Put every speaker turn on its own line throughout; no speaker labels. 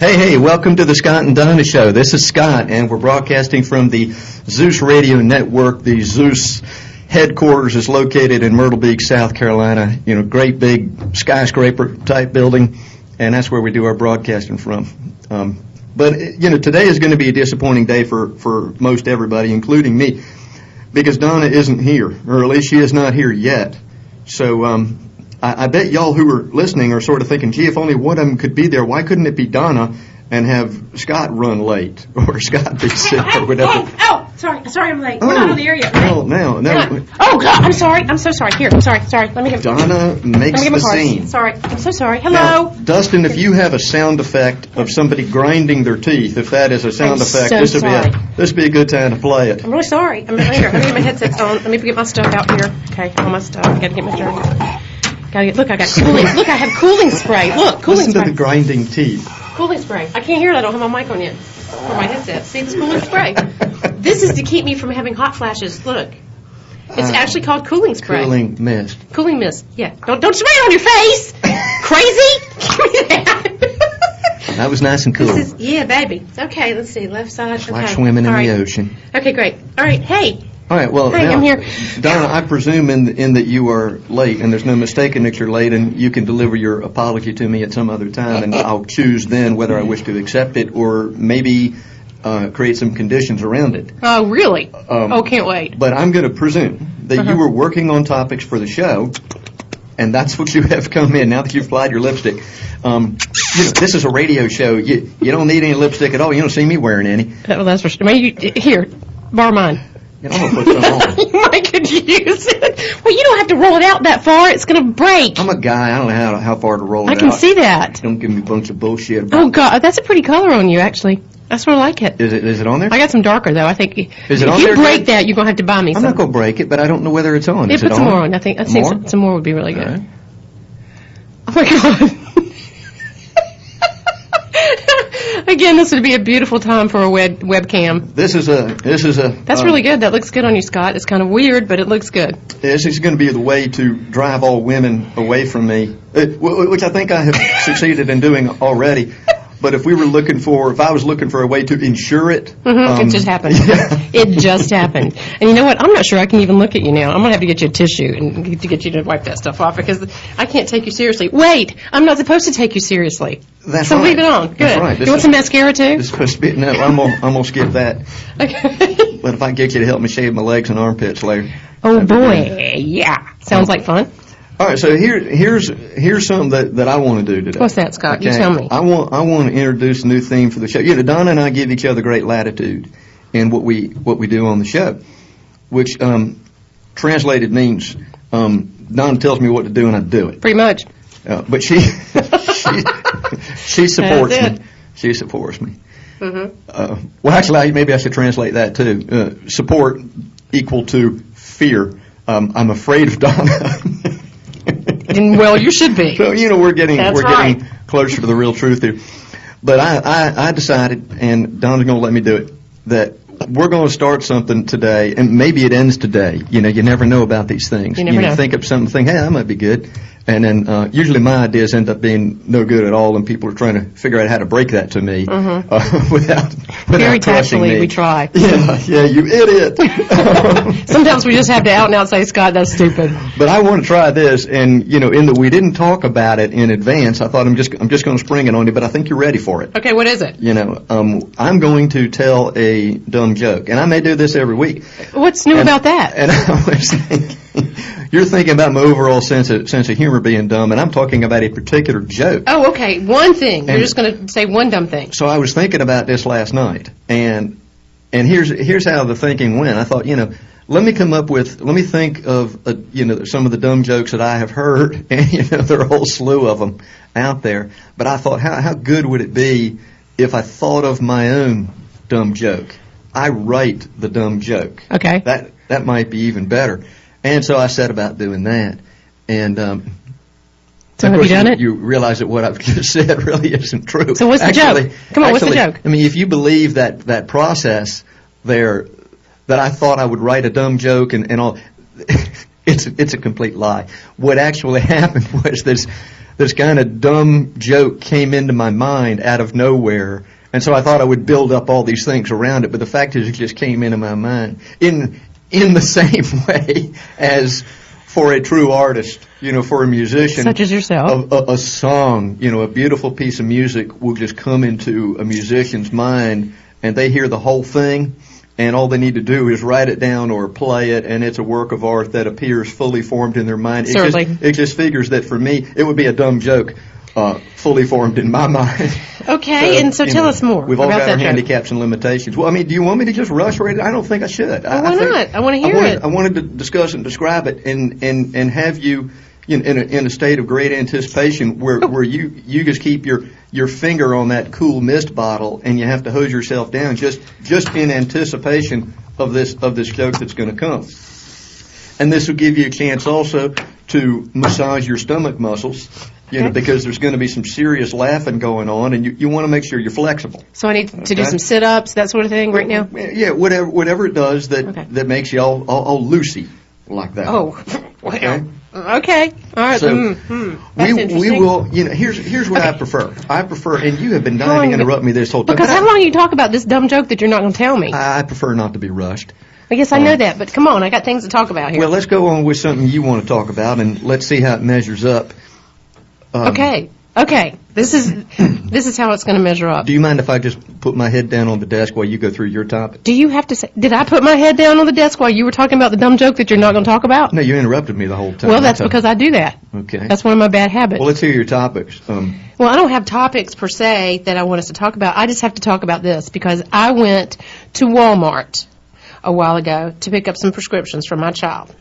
Hey, hey, welcome to the Scott and Donna Show. This is Scott, and we're broadcasting from the Zeus Radio Network. The Zeus headquarters is located in Myrtle Beach, South Carolina. You know, great big skyscraper type building, and that's where we do our broadcasting from. Um, but, you know, today is going to be a disappointing day for, for most everybody, including me, because Donna isn't here, or at least she is not here yet. So, um, I, I bet y'all who are listening are sort of thinking, gee, if only one of them could be there, why couldn't it be Donna and have Scott run late or Scott be
Hey,
sick or
oh,
whatever?
Oh, oh, sorry, sorry, I'm late. We're not on the air yet. right?
Well, now, now,
We're not- Oh God, I'm sorry. I'm so sorry. Here, sorry, sorry. Let me get. Let
Donna makes
me
the
get my card.
scene.
Sorry, I'm so sorry.
Now,
Hello.
Dustin, if you have a sound effect of somebody grinding their teeth, if that is a sound
I'm
effect,
so
this would be
sorry.
a, this would be a good time to play it.
I'm really sorry. I'm here. Let me get my headsets on. Let me get my stuff out here. Okay, all my stuff. Gotta get my journal. Gotta get. Look, I got cooling. Look, I have cooling spray. Look, cooling
Listen to
spray.
the grinding teeth.
cooling spray. I can't hear it. I don't have my mic on yet. Or my headset. See this cooling spray. This is to keep me from having hot flashes. Look. It's
Ah.
actually called cooling spray.
Cooling mist.
Cooling mist. Yeah. Don't don't spray it on your face. Crazy.
That was nice and cool.
This is, yeah, baby. Okay, let's see. Left side. Okay.
Like swimming in
All right.
the ocean.
Okay, great. All right. Hey,
All right, well,
Hey,
now,
I'm here.
Donna, I presume in, in that you are late, and there's no mistaking that you're late, and you can deliver your apology to me at some other time, and I'll choose then whether I wish to accept it or maybe uh, create some conditions around it.
Oh, really?
Um,
oh, can't wait.
But I'm going to presume that
Uh-huh.
you were working on topics for the show, and that's what you have come in now that you've applied your lipstick. Um, you know, this is a radio show. You, you don't need any lipstick at all. You don't see me wearing any.
Oh, that's for sure. Maybe you- here, borrow mine.
You know, I'm going to put some on.
I could use it. Well, you don't have to roll it out that far. It's gonna break.
I'm a guy. I don't know how, how far to roll it
I can
out.
see that.
Don't give me a bunch of bullshit.
Oh God, that's a pretty color on you, actually. I sort of like it.
Is it is it on there?
Oh. I got some darker though. I think
Is it
if
on
you
there,
break
Jen?
that, you're gonna have to buy me
I'm
some.
not going to break it, but I don't know whether it's on.
Yeah,
is it
put
on?
some more on. I think I think
More?
some, some more would be really good.
All right.
Oh my god. Again, this would be a beautiful time for a web webcam.
This is a this is a.
That's
um,
really good. That looks good on you, Scott. It's kind of weird, but it looks good.
This is going to be the way to drive all women away from me, uh, wh- wh- which I think I have succeeded in doing already. But if we were looking for, if I was looking for a way to ensure it,
Mhm,
um,
it just happened.
yeah.
It just happened. And you know what? I'm not sure I can even look at you now. I'm gonna have to get you a tissue and get- to get you to wipe that stuff off because I can't take you seriously. Wait, I'm not supposed to take you seriously.
That's
so
right.
leave it on. Good.
That's right. This
You want
is-
some mascara too?
It's supposed to be, no, I'm gonna, I'm gonna skip that.
Okay.
But if I get you to help me shave my legs and armpits later.
oh boy, yeah. Sounds like fun.
All right, so here, here's here's something that, that I want to do today.
What's that, Scott? You
Okay,
tell me.
I want I want to introduce a new theme for the show. You know, Donna and I give each other great latitude in what we what we do on the show, which um, translated means um, Donna tells me what to do and I do it.
Pretty much.
Uh, but she she, she supports
That's it. Mm-hmm.
me. She supports me. Uh, well, actually, I, maybe I should translate that too. Uh, support equal to fear. Um, I'm afraid of Donna.
And, well, you should be.
So you know we're getting
That's
we're
right.
getting closer to the real truth here. But I, I, I decided, and Donna's going to let me do it, that we're going to start something today, and maybe it ends today. You know, you never know about these things.
You never know.
think up something, think, hey, that might be good, and then uh, usually my ideas end up being no good at all, and people are trying to figure out how to break that to me uh, without without
Mm-hmm. Very
crushing
tactfully,
me.
we try.
Yeah, yeah, you idiot.
Sometimes we just have to out and out say, Scott, that's stupid.
But I want to try this, and you know, in that we didn't talk about it in advance. I thought I'm just I'm just going to spring it on you, but I think you're ready for it.
Okay, what is it?
You know, um, I'm going to tell a dumb joke, and I may do this every week.
What's new
And-
about that?
And I was thinking, you're thinking about my overall sense of sense of humor being dumb, and I'm talking about a particular joke.
oh, okay, one thing. You're
And-
just going to say one dumb thing.
So I was thinking about this last night, and and here's here's how the thinking went. I thought, you know, let me come up with, let me think of, uh you know, some of the dumb jokes that I have heard, and you know, there are a whole slew of them out there. But I thought, how how good would it be if I thought of my own dumb joke? I write the dumb joke.
Okay.
That that might be even better. And so I set about doing that, and. Um,
So
of
have you
course,
done it?
You realize that what I've just said really isn't true.
So what's the
Actually-
joke? Come on, what's the
actually,
joke?
I mean, if you believe that that process there, that I thought I would write a dumb joke and, and all, it's it's a complete lie. What actually happened was this. this kind of dumb joke came into my mind out of nowhere. And so I thought I would build up all these things around it, but the fact is it just came into my mind in in the same way as for a true artist, you know, for a musician
Such as yourself.
a- a, a song, you know, a beautiful piece of music will just come into a musician's mind and they hear the whole thing and all they need to do is write it down or play it and it's a work of art that appears fully formed in their mind. It
Certainly.
Just, it just figures that for me, it would be a dumb joke. Uh, fully formed in my mind.
Okay, and so
you
tell
know,
us more
We've all
about
got
that
our
joke.
handicaps and limitations. Well, I mean, do you want me to just rush right? I don't think I should. I,
Well, why
I think-
not? I wanna hear
wanted-
it.
I wanted to discuss and describe it, and and and have you in in a, in a state of great anticipation where
Oh.
where you you just keep your your finger on that cool mist bottle, and you have to hose yourself down just just in anticipation of this of this joke that's going to come. And this will give you a chance also to massage your stomach muscles, you know,
Okay.
because there's going to be some serious laughing going on, and you, you want to make sure you're flexible.
So I need to do
Okay.
some sit-ups, that sort of thing, right now.
Yeah, whatever whatever it does that
Okay.
that makes you all all, all loosey like that.
Oh, wow.
Okay.
Okay. All right.
So
mm, mm. That's
we we
interesting.
will you know here's here's what I prefer. I prefer and you have been
How long
dying to
have-
interrupt me this whole time.
Because
but
how
I-
long you talk about this dumb joke that you're not going to tell me?
I, I prefer not to be rushed.
I guess I know that, but come on, I got things to talk about here.
Well, let's go on with something you want to talk about and let's see how it measures up. Um,
okay. Okay. This is this is how it's going to measure up.
Do you mind if I just put my head down on the desk while you go through your topic?
Do you have to say? Did I put my head down on the desk while you were talking about the dumb joke that you're not going to talk about?
No, you interrupted me the whole time.
Well, that's because I do that.
Okay.
That's one of my bad habits.
well, let's hear your topics. Um,
Well, I don't have topics per se that I want us to talk about. I just have to talk about this because I went to Walmart a while ago to pick up some prescriptions for my child.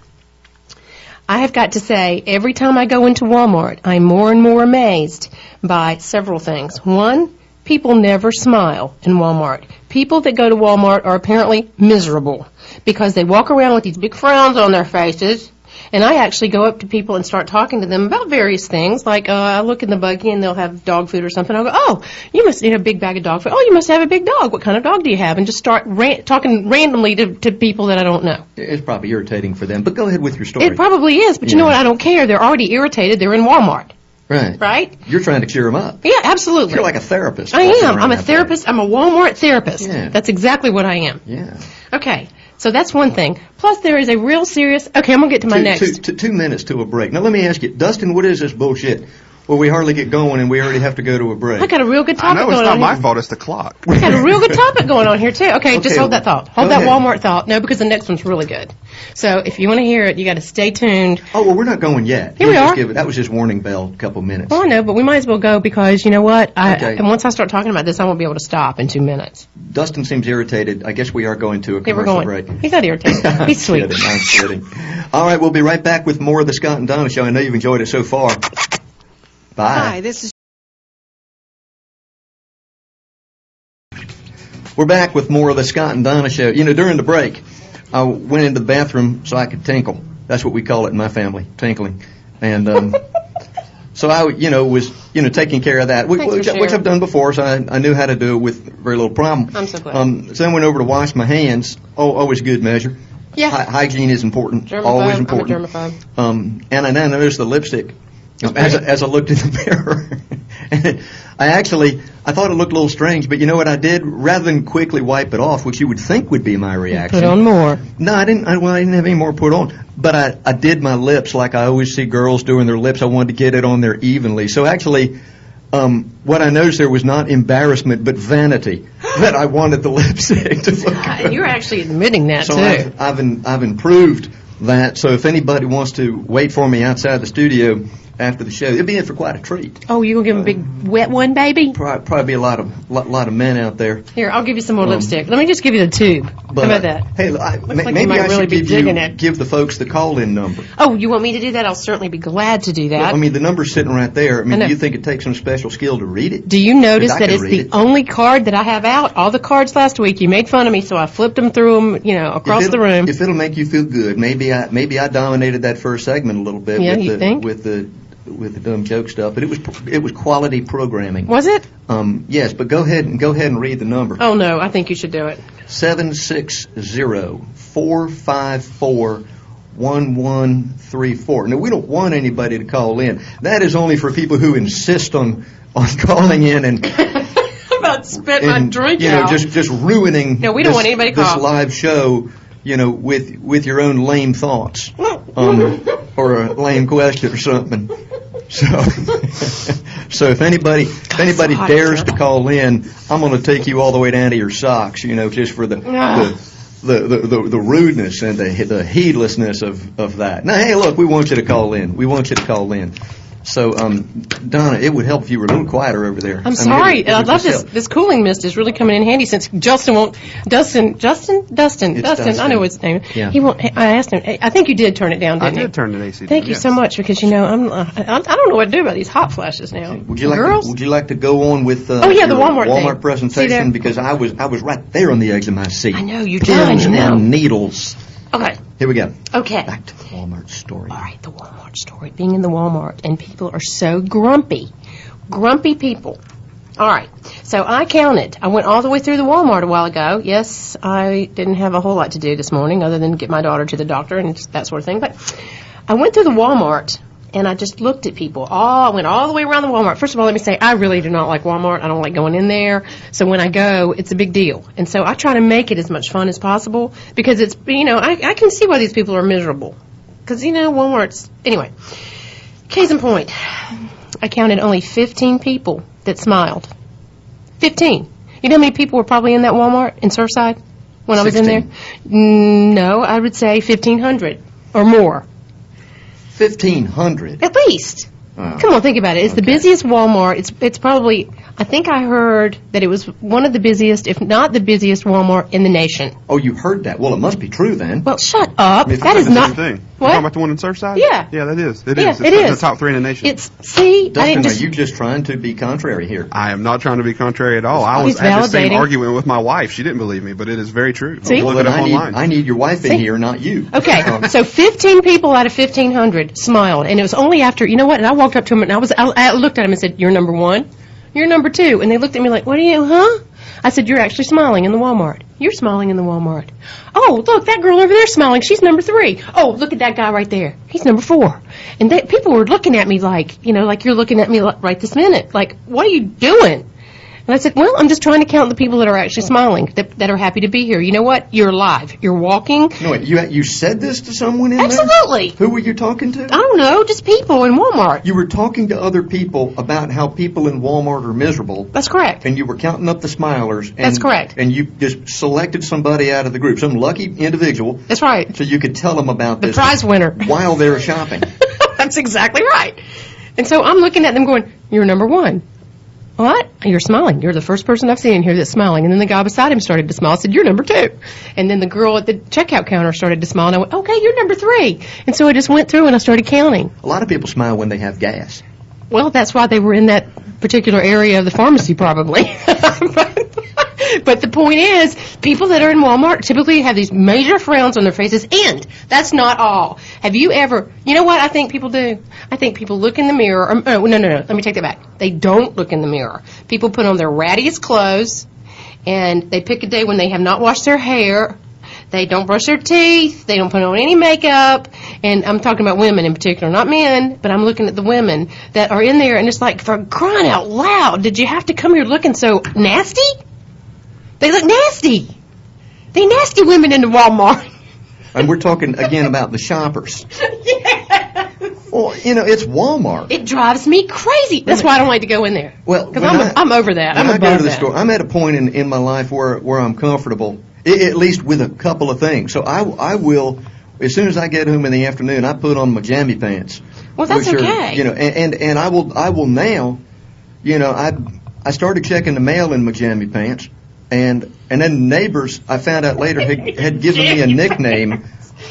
I have got to say, every time I go into Walmart, I'm more and more amazed by several things. One, people never smile in Walmart. People that go to Walmart are apparently miserable because they walk around with these big frowns on their faces. And I actually go up to people and start talking to them about various things. Like, uh, I look in the buggy and they'll have dog food or something. I'll go, oh, you must need a big bag of dog food. Oh, you must have a big dog. What kind of dog do you have? And just start ran- talking randomly to, to people that I don't know.
it's probably irritating for them, but go ahead with your story.
It probably is, but you know
Yeah.
what? I don't care. They're already irritated. They're in Walmart,
right.
right?
You're trying to cheer them up.
Yeah, absolutely.
You're like a therapist.
I
walking
am.
around
I'm a
that
therapist. I'm a Walmart therapist.
Yeah.
That's exactly what I am.
thing. Yeah.
Okay, so that's one thing. Plus, there is a real serious. Okay, I'm gonna get to my
Two-
next.
two- two- two minutes to a break. Now, let me ask you, Dustin, what is this bullshit? Well, we hardly get going and we already have to go to a break.
I got a real good
I
topic
know
going
it's not
on.
my
here.
fault. It's the clock.
I got a real good topic going on here too. Okay, just
Okay,
hold that thought.
go
Hold that
ahead.
Walmart thought. No, because the next one's really good. So if you want to hear it, you got to stay tuned.
Oh, well, we're not going yet.
Here we
Just
are.
give it- that was just warning bell, a couple minutes.
Well, I know, but we might as well go because you know what? I,
Okay.
And once I start talking about this, I won't be able to stop in two minutes.
Dustin seems irritated. I guess we are going to a
Okay, we're
commercial
going.
break.
He's not irritated. He's sweet.
Kidding, I'm kidding. All right, we'll be right back with more of the Scott and Donna Show. I know you've enjoyed it so far. Bye.
Hi, this is
We're back with more of the Scott and Donna Show. You know, during the break, I went into the bathroom so I could tinkle. That's what we call it in my family, tinkling. And um, so I, you know, was you know taking care of that, which,
Thanks for
which, I-
sharing.
which I've done before, so I, I knew how to do it with very little problem.
I'm so glad.
Um, so I went over to wash my hands. Oh, always good measure.
Yeah.
Hy- hygiene is important.
Germaphobe.
Always
I'm a
important.
germaphobe.
Um, and I now noticed the lipstick um, as, I, as I looked in the mirror. and it, I actually, I thought it looked a little strange, but you know what I did? Rather than quickly wipe it off, which you would think would be my reaction.
Put on more.
No, I didn't. I, well, I didn't have any more put on, but I, I did my lips like I always see girls doing their lips. I wanted to get it on there evenly. So actually, um, what I noticed there was not embarrassment, but vanity that I wanted the lipstick to look.
And
good.
you're actually admitting that
So
too.
I've, I've, in, I've improved that. So if anybody wants to wait for me outside the studio after the show, it'll be in for quite a treat.
oh, you gonna give him a big wet one, baby?
Probably, probably be a lot of lot, lot of men out there.
Here, I'll give you some more lipstick. Let me just give you the tube. How
But
about that?
Hey, I, ma-
like you
maybe
might
I should
really be
give you-
digging it.
give the folks the call in number.
Oh, you want me to do that? I'll certainly be glad to do that.
I mean, the number's sitting right there. I mean,
I know.
do you think it takes some special skill to read it?
do you notice
I
that
can
it's
read
the
it.
only card that I have out? All the cards last week, you made fun of me, so I flipped them through them, you know, across
If
the
it'll-
room.
If it'll make you feel good, maybe I maybe I dominated that first segment a little bit
Yeah,
with
you
the
think?
with the with the dumb joke stuff, but it was it was quality programming.
Was it?
Um, yes, but go ahead and go ahead and read the number.
Oh no, I think you should do it.
Seven six zero four five four 1134. Now, we don't want anybody to call in. That is only for people who insist on, on calling in and,
I about spit my
and
drink
you know,
out.
just, just ruining
No, we don't
this,
want anybody to
this
call.
live show, you know, with, with your own lame thoughts um, or a lame question or something. So, so if anybody if anybody
hot in
dares
here.
to call in, I'm going to take you all the way down to your socks. You know, just for the
Ah.
the, the, the, the rudeness and the the heedlessness of, of that. Now, hey, look, we want you to call in. We want you to call in. So, um, Donna, it would help if you were a little quieter over there. I mean,
I'm
it
sorry.
would- it
I
would
love
just
this.
help.
This cooling mist is really coming in handy since Justin won't. Dustin, Justin, Dustin,
It's
Dustin. I
Dustin.
know his name.
Yeah.
He won't. I asked him. I think you did turn it down,
I
didn't you?
did turn to AC.
Thank you so much because you know I'm. I, I don't know what to do about these hot flashes now.
Would you like
girls?
To, would you like to go on with uh,
Oh, yeah, the
your
Walmart thing. See there?
presentation because I was I was right there on the edge of my seat.
I know, you
Pins
done, I know.
and needles.
okay.
Here we go.
Okay.
Back to the Walmart story.
All right, the Walmart story. Being in the Walmart, and people are so grumpy. Grumpy people. All right, so I counted. I went all the way through the Walmart a while ago. Yes, I didn't have a whole lot to do this morning other than get my daughter to the doctor and that sort of thing. But I went through the Walmart and I just looked at people. All I went all the way around the Walmart. First of all, let me say I really do not like Walmart. I don't like going in there. So when I go, it's a big deal. And so I try to make it as much fun as possible because it's you know I, I can see why these people are miserable because you know Walmart's anyway. Case in point, I counted only 15 people that smiled. 15. You know how many people were probably in that Walmart in Surfside when I was in there?
16.
Mm, No, I would say 1,500 or more,
Fifteen hundred. Uh,
at least. Come on, think about it. It's the busiest Walmart. It's it's probably. I think I heard that it was one of the busiest, if not the busiest Walmart in the nation.
Oh, you heard that? Well, it must be true then.
Well, shut up.
Miss-
That is
Same
Same
not.
thing. You
What?
talking about the one in Surfside?
Yeah.
Yeah, that is. It is.
Yeah,
It's
it
the-
is.
the top three in the nation.
It's see. I
Dustin,
didn't just
are you just trying to be contrary here?
I am not trying to be contrary at all. I
He's
was at the same
validating.
argument with my wife. She didn't believe me, but it is very true.
See?
Look
Well,
it
then
up
I need,
online.
I need your wife
See?
in here, not you.
Okay,
Um,
so 15 people out of 1,500 smiled, and it was only after you know what? And I walked up to him and I was I, I looked at him and said, "You're number one, you're number two. and they looked at me like, "What are you, huh?" I said, "You're actually smiling in the Walmart. You're smiling in the Walmart. Oh, look, that girl over there smiling. She's number three. Oh, look at that guy right there. He's number four. And they, people were looking at me like, you know, like you're looking at me li- right this minute. Like, what are you doing? And I said, well, I'm just trying to count the people that are actually smiling, that, that are happy to be here. You know what? You're alive. You're walking.
no, wait, you you said this to someone in there?
Absolutely.
Who were you talking to?
I don't know, just people in Walmart.
You were talking to other people about how people in Walmart are miserable,
That's correct.
and you were counting up the smilers. And,
That's correct.
And you just selected somebody out of the group, some lucky individual,
That's right.
so you could tell them about
The
this
prize winner.
while they were shopping.
That's exactly right. And so I'm looking at them going, You're number one. What? You're smiling. You're the first person I've seen in here that's smiling. And then the guy beside him started to smile. I said, You're number two. And then the girl at the checkout counter started to smile. And I went, Okay, you're number three. And so I just went through and I started counting.
A lot of people smile when they have gas.
Well, that's why they were in that particular area of the pharmacy, probably. but the point is, people that are in Walmart typically have these major frowns on their faces, and that's not all. Have you ever, you know what I think people do? I think people look in the mirror. Or, oh, no, no, no, let me take that back. They don't look in the mirror. People put on their rattiest clothes, and they pick a day when they have not washed their hair. They don't brush their teeth. They don't put on any makeup. And I'm talking about women in particular, not men, but I'm looking at the women that are in there, and it's like, for crying out loud, did you have to come here looking so nasty? They look nasty. They nasty women in the Walmart.
And we're talking again about the shoppers. Well, you know, it's Walmart.
It drives me crazy. That's why I don't like to go in there.
Well,
because
when
I'm,
I-
I'm over that.
When
I'm
I
above
go to the
that.
store, I'm at a point in, in my life where, where I'm comfortable, i at least with a couple of things. So I, I will, as soon as I get home in the afternoon, I put on my jammy pants.
Well, that's
which are,
okay.
You know, and, and, and I will I will now, you know, I I started checking the mail in my jammy pants, and and then neighbors I found out later had, had given me a nickname.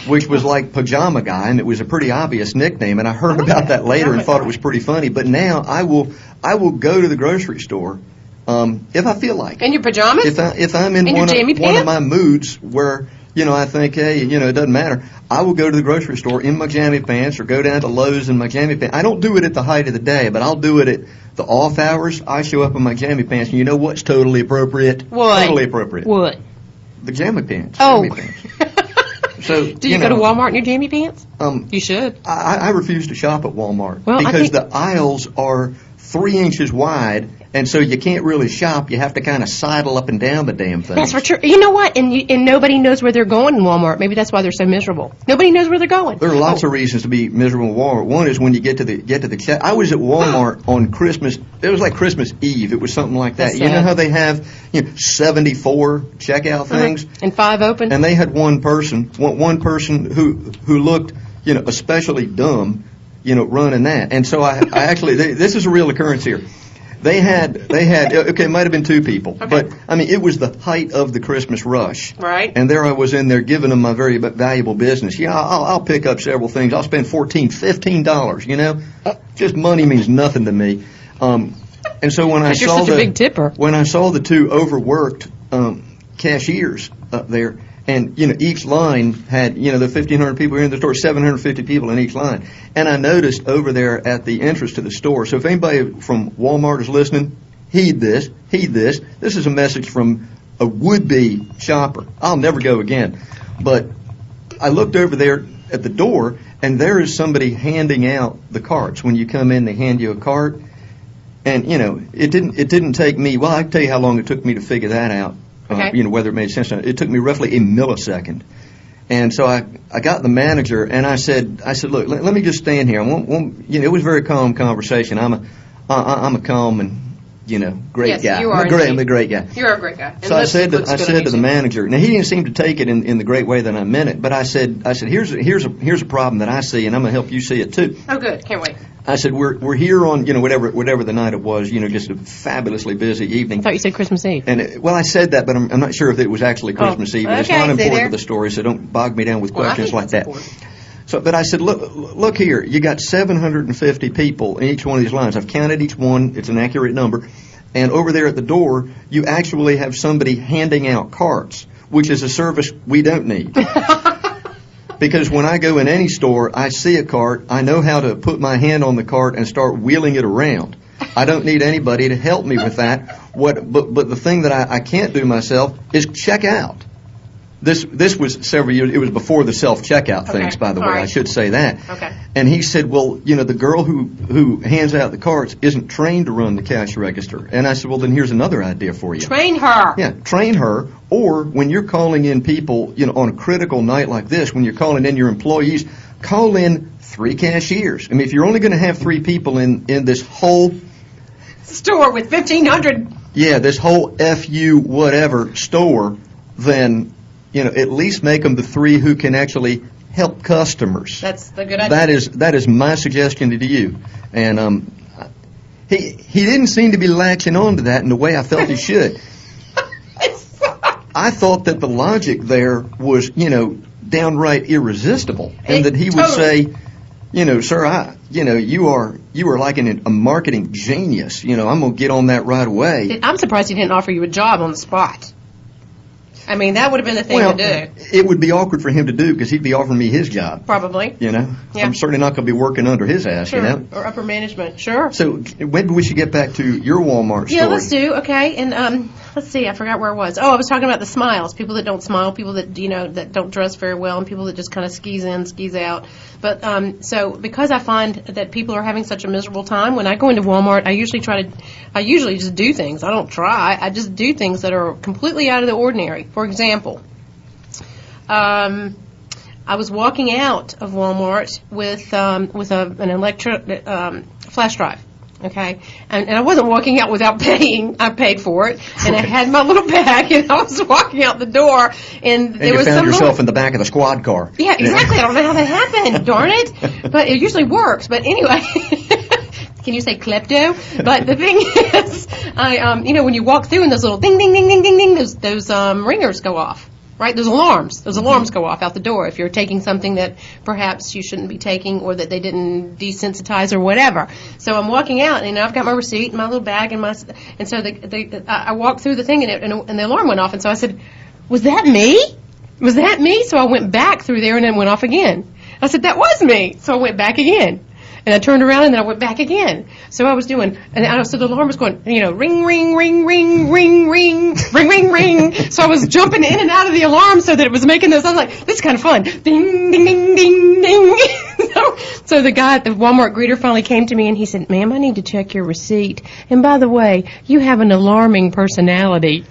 Which was like pajama guy, and it was a pretty obvious nickname. And I heard
Oh,
about that later and thought it was pretty funny. But now I will, I will go to the grocery store um, if I feel like it
In your pajamas?
if I if I'm in
In your
one
jammy
of, one of
pants?
my moods where you know I think hey you know it doesn't matter, I will go to the grocery store in my jammy pants or go down to Lowe's in my jammy pants. I don't do it at the height of the day, but I'll do it at the off hours. I show up in my jammy pants, and you know what's totally appropriate?
What?
Totally appropriate.
What?
The jammy pants.
Oh.
Jammy pants. So
Do you, go to
know,
Walmart in your jammy pants?
Um,
You should.
I, I refuse to shop at Walmart
Well, I
because
think-
the aisles are three inches wide, and so you can't really shop. You have to kind of sidle up and down the damn thing.
That's for sure. You know what? And you, and nobody knows where they're going in Walmart. Maybe that's why they're so miserable. Nobody knows where they're going.
There are lots of reasons to be miserable in Walmart. One is when you get to the get to the. ca- I was at Walmart on Christmas. It was like Christmas Eve. It was something like that.
That's
you know
sad. Uh-huh.
how they have you know, 74 checkout things,
Oh. And five open.
and they had one person, one, one person who who looked you know especially dumb, you know running that. And so I, I actually they, this is a real occurrence here. They had they had okay it might have been two people, but I mean it was the height of the Christmas rush.
Right.
And there I was in there giving them my very valuable business. Yeah, I'll, I'll pick up several things. I'll spend fourteen, fifteen dollars. You know,
Uh,
just money means nothing to me. Um, and so when I
'Cause you're
saw
such a
the
big tipper.
when I saw the two overworked um, cashiers up there, and you know each line had you know the 1,500 people here in the store, 750 people in each line, and I noticed over there at the entrance to the store. So if anybody from Walmart is listening, heed this, heed this. This is a message from a would-be shopper. I'll never go again, but I looked over there at the door, and there is somebody handing out the carts. When you come in, they hand you a cart. And you know, it didn't it didn't take me. Well, I can tell you how long it took me to figure that out. uh,
Okay.
you know whether it made sense. Or not. It took me roughly a millisecond. And so I, I got the manager and I said I said look let, let me just stand here. I won't, won't, you know it was a very calm conversation. I'm a I, I- I'm a calm and you know great
Yes,
guy.
you
I'm
are
a great I'm
indeed.
a great guy.
You're a great guy. And
So I
lipstick
said to,
looks
I
good on
said
you,
to the
too.
manager. Now he didn't seem to take it in, in the great way that I meant it, but I said I said here's a, here's a here's a problem that I see and I'm gonna help you see it too.
Oh, good. Can't wait.
I said, we're, we're here on, you know, whatever, whatever the night it was, you know, just a fabulously busy
I
evening.
thought you said Christmas Eve.
And it, well, I said that, but I'm, I'm not sure if it was actually Christmas Eve. and it's
Oh,
not
okay, see
important
there.
to the story, so don't bog me down with
Well, I
questions like
think that's
that. So, but I said, look, look here, you got 750 people in each one of these lines. I've counted each one; it's an accurate number. And over there at the door, you actually have somebody handing out carts, which is a service we don't need. Because when I go in any store, I see a cart, I know how to put my hand on the cart and start wheeling it around. I don't need anybody to help me with that. What, but, but the thing that I, I can't do myself is check out. This, this was several years, it was before the self-checkout things,
Okay,
by the way.
all
I
right.
should say that.
Okay.
And he said, well, you know, the girl who, who hands out the carts isn't trained to run the cash register. And I said, well, then here's another idea for you.
Train her.
Yeah, train her, or when you're calling in people, you know, on a critical night like this, when you're calling in your employees, call in three cashiers. I mean, if you're only going to have three people in in this whole
Store with 1,500.
yeah this whole fu whatever store, then you know at least make them the three who can actually help customers.
That's the good idea.
That is that is my suggestion to you, and um, he he didn't seem to be latching on to that in the way I felt he should. I thought that the logic there was you know downright irresistible, and that he would
Totally.
say, you know, sir, I you know you are you are like an, a marketing genius. You know, I'm gonna get on that right away.
I'm surprised he didn't offer you a job on the spot. I mean, that would have been the thing
well,
to do,
it would be awkward for him to do because he'd be offering me his job.
probably.
You know,
Yeah.
I'm certainly not gonna be working under his ass.
Sure.
You know.
Or upper management, sure.
So maybe we should get back to your Walmart story.
Yeah, let's do okay. And um, let's see, I forgot where I was. Oh, I was talking about the smiles. People that don't smile, people that you know that don't dress very well, and people that just kind of skis in, skis out. But um, so because I find that people are having such a miserable time, when I go into Walmart, I usually try to, I usually just do things. I don't try. I just do things that are completely out of the ordinary. For example, um, I was walking out of Walmart with um, with a, an electric um, flash drive. Okay, and, and I wasn't walking out without paying. I paid for it, and I had my little bag, and I was walking out the door, and,
And
there
you
was
found
some
yourself
little-
in the back of the squad car.
yeah, exactly. I don't know how that happened. Darn it! But it usually works. But anyway, can you say klepto? But the thing is, I um, you know, when you walk through and those little ding, ding, ding, ding, ding, ding, those those um ringers go off, right? Those alarms, those alarms go off out the door if you're taking something that perhaps you shouldn't be taking or that they didn't desensitize or whatever. So I'm walking out and I've got my receipt and my little bag and my s- and so the, the I I walked through the thing and, it, and, and the alarm went off and so I said, was that me? was that me? So I went back through there and then went off again. I said, that was me. So I went back again. And I turned around and then I went back again. So I was doing, and I, so the alarm was going, you know, ring, ring, ring, ring, ring, ring, ring, ring, ring. So I was jumping in and out of the alarm so that it was making those. I was like, this is kind of fun. Ding, ding, ding, ding, ding. so, so the guy at the Walmart greeter finally came to me and he said, ma'am, I need to check your receipt. And by the way, you have an alarming personality.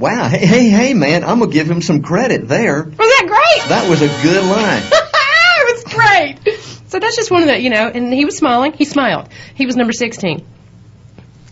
Wow. Hey, hey, hey, man, I'm going to give him some credit there.
Was that great?
That was a good line.
it was great. So that's just one of the, you know, and he was smiling. He smiled. He was number 16.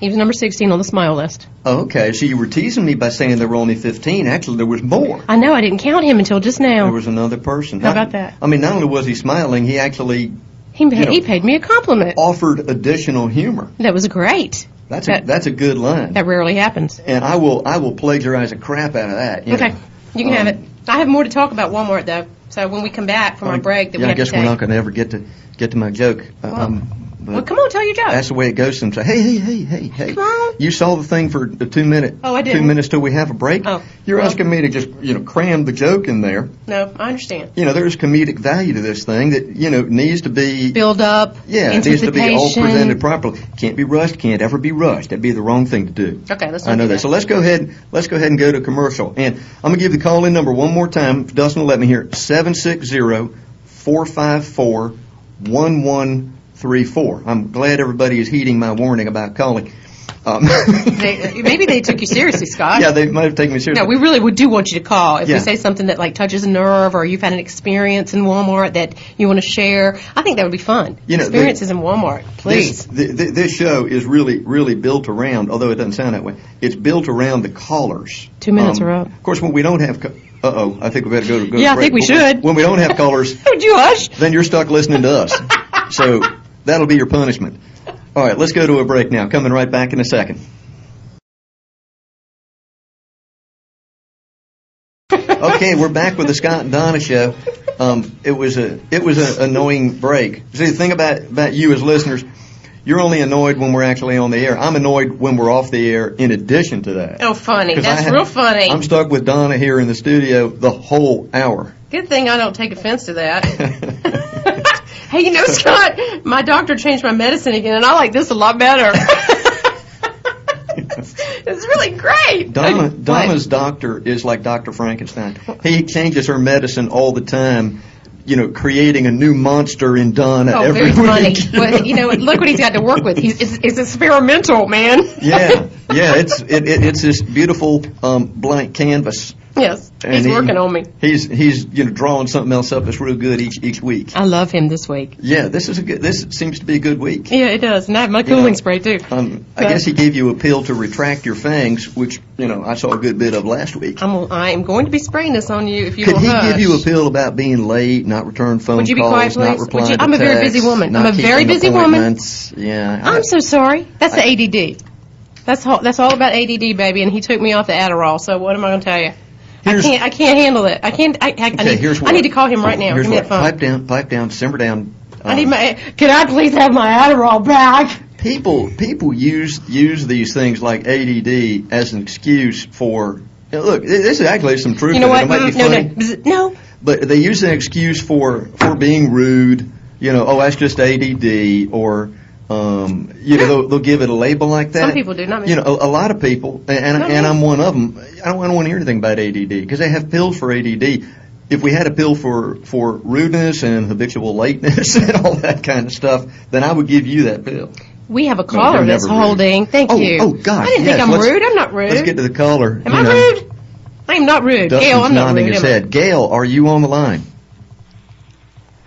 He was number 16 on the smile list.
Oh, okay, so you were teasing me by saying there were only 15. Actually, there was more.
I know I didn't count him until just
There
now.
was another person.
Oh. How
Not-
about that?
I mean, not only was he smiling, he actually
He,
you know.
he paid me a compliment.
offered additional humor.
That was great.
That's a,
That-
that's a good line.
That rarely happens.
and I will I will plagiarize the crap out of that. you
Okay,
know.
you can have
Um,
it. I have more to talk about Walmart, though. So when we come back from our break that
yeah,
we
I
have to
guess we're not
take.
going to ever get to get to my joke. Uh,
Well,
um, but
Well, come on, tell your joke.
That's the way it goes. Sometimes. Hey, hey, hey, hey, hey.
Come on.
You saw the thing for the two minute.
Oh, I
Two
didn't.
minutes till we have a break.
Oh.
You're
Well-
asking me to just you know cram the joke in there.
No, I understand.
You know, there's comedic value to this thing that you know needs to be.
Build up,
yeah, it needs to be all presented
anticipation.
properly. Can't be rushed. Can't ever be rushed. That'd be the wrong thing to do.
Okay, let's
I
not
know
do
that. So let's go ahead. Let's go ahead and go to commercial. And I'm gonna give the call in number one more time. If Dustin will let me hear it. 760-454-1134. I'm glad everybody is heeding my warning about calling. Um,
They- Maybe they took you seriously, Scott.
yeah, they might have taken me seriously.
No, we really would do want you to call if
Yeah.
we say something that like touches a nerve or you've had an experience in Walmart that you want to share. I think that would be fun.
You know, the-
Experiences in Walmart,
This,
please.
th- th- this show is really, really built around, although it doesn't sound that way, it's built around the callers. Um,
Two minutes are up.
Of course, when we don't have, co- uh-oh, I think we better go to go to
Yeah, I
break.
think we should.
When we don't have callers,
Would you hush?
then you're stuck listening to us. so that'll be your punishment. All right, let's go to a break now. Coming right back in a second. Okay, we're back with the Scott and Donna show. Um, it was a it was an annoying break. See, the thing about about you as listeners, you're only annoyed when we're actually on the air. I'm annoyed when we're off the air. In addition to that,
Oh, funny.
'Cause I
That's
have-
real funny.
I'm stuck with Donna here in the studio the whole hour.
Good thing I don't take offense to that. hey, you know, Scott, my doctor changed my medicine again, and I like this a lot better. it's really great.
Donna,
What?
Donna's doctor is like Dr. Frankenstein. He changes her medicine all the time, you know, creating a new monster in Donna
Oh,
every
very funny.
week.
Well, you know, look what he's got to work with. He's it's, it's experimental, man.
yeah, yeah, it's it, it, it's this beautiful um, blank canvas.
Yes,
and
he's
he-
working on me.
He's he's you know drawing something else up that's real good each each week.
I love him this week.
Yeah, this is a good. This seems to be a good week.
Yeah, it does. And I have my cooling
know,
spray too.
Um, I guess he gave you a pill to retract your fangs, which you know I saw a good bit of last week.
I'm, I am going to be spraying this on you if you
Could
don't
he
hush.
give you a pill about being late, not return phone
Would you be
calls,
quiet,
not
please?
replying
Would you-
to
I'm a very busy
texts,
woman.
not
I'm a very
keeping
busy woman.
appointments? Yeah. I-
I'm so sorry. That's the ADD. That's all, that's all about ADD, baby. And he took me off the Adderall. So what am I going to tell you? I
Here's-
can't. I can't handle it. I can't. I, I, I,
okay,
need,
here's what.
I need to call him right now.
Here's
Give me
what.
that phone.
Pipe down, pipe down, simmer down.
I need
Um,
my. Can I please have my Adderall back?
people people use use these things like ADD as an excuse for now, look. th- This is actually some truth.
You know
in
what?
It. it might
Mm,
be
no,
funny,
no, Bzz, no.
but they use an excuse for for being rude. You know, oh, that's just ADD, or um, you know, they'll, they'll give it a label like that.
Some people do, not me.
You know, a, a lot of people, and and,
Not me.
and I'm one of them. I don't, I don't want to hear anything about ADD because they have pills for ADD. If we had a pill for for rudeness and habitual lateness and all that kind of stuff, then I would give you that pill.
We have a caller
you're
that's
never rude.
holding. Thank
Oh,
you.
oh, God,
I didn't
yes,
think I'm
let's-
rude. I'm not rude.
Let's get to the caller.
am
you
I
know.
rude? I am not rude.
Dustin's
Gail, I'm not
nodding
rude.
his
am I?
head. Gail, are you on the line?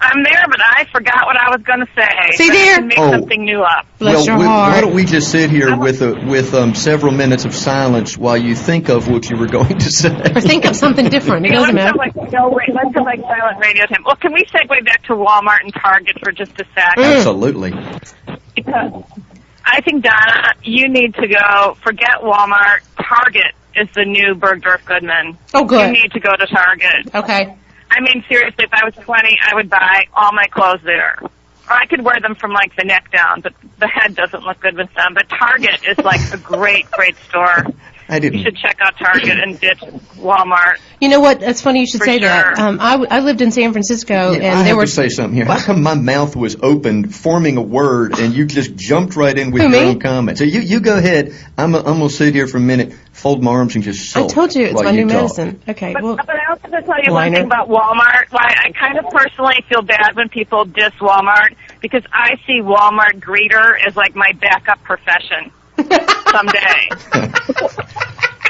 I'm there, but I forgot what I was going to say.
See
So you
there?
can Make
Oh.
something new up.
Bless
well,
your
we-
heart.
why don't we just sit here with a, with um, several minutes of silence while you think of what you were going to say?
or think of something different. It
Okay,
doesn't
let's have
matter.
like no, wait, let's have like silent radio time. Well, can we segue back to Walmart and Target for just a sec?
Mm.
Absolutely.
Because I think Donna, you need to go. Forget Walmart. Target is the new Bergdorf Goodman.
Oh,
You
good.
need to go to Target.
Okay.
I mean, seriously, if I was 20, I would buy all my clothes there. Or I could wear them from like the neck down, but the head doesn't look good with them. But Target is like a great, great store.
I
You
didn't.
should check out Target and ditch Walmart.
You know what? That's funny you should
For
say that.
sure.
Um, I, w- I lived in San Francisco,
Yeah,
and
I
there
have
were
to say something here. How come my mouth was open, forming a word, and you just jumped right in with
Who,
your
me?
own comment? So you, you go ahead. I'm, I'm gonna sit here for a minute, fold my arms, and just
I
sulk
told you it's
while
my new
talk.
medicine. Okay,
But,
well,
but I also to tell you one
Liner.
thing about Walmart. Why I kind of personally feel bad when people diss Walmart because I see Walmart greeter as like my backup profession someday. I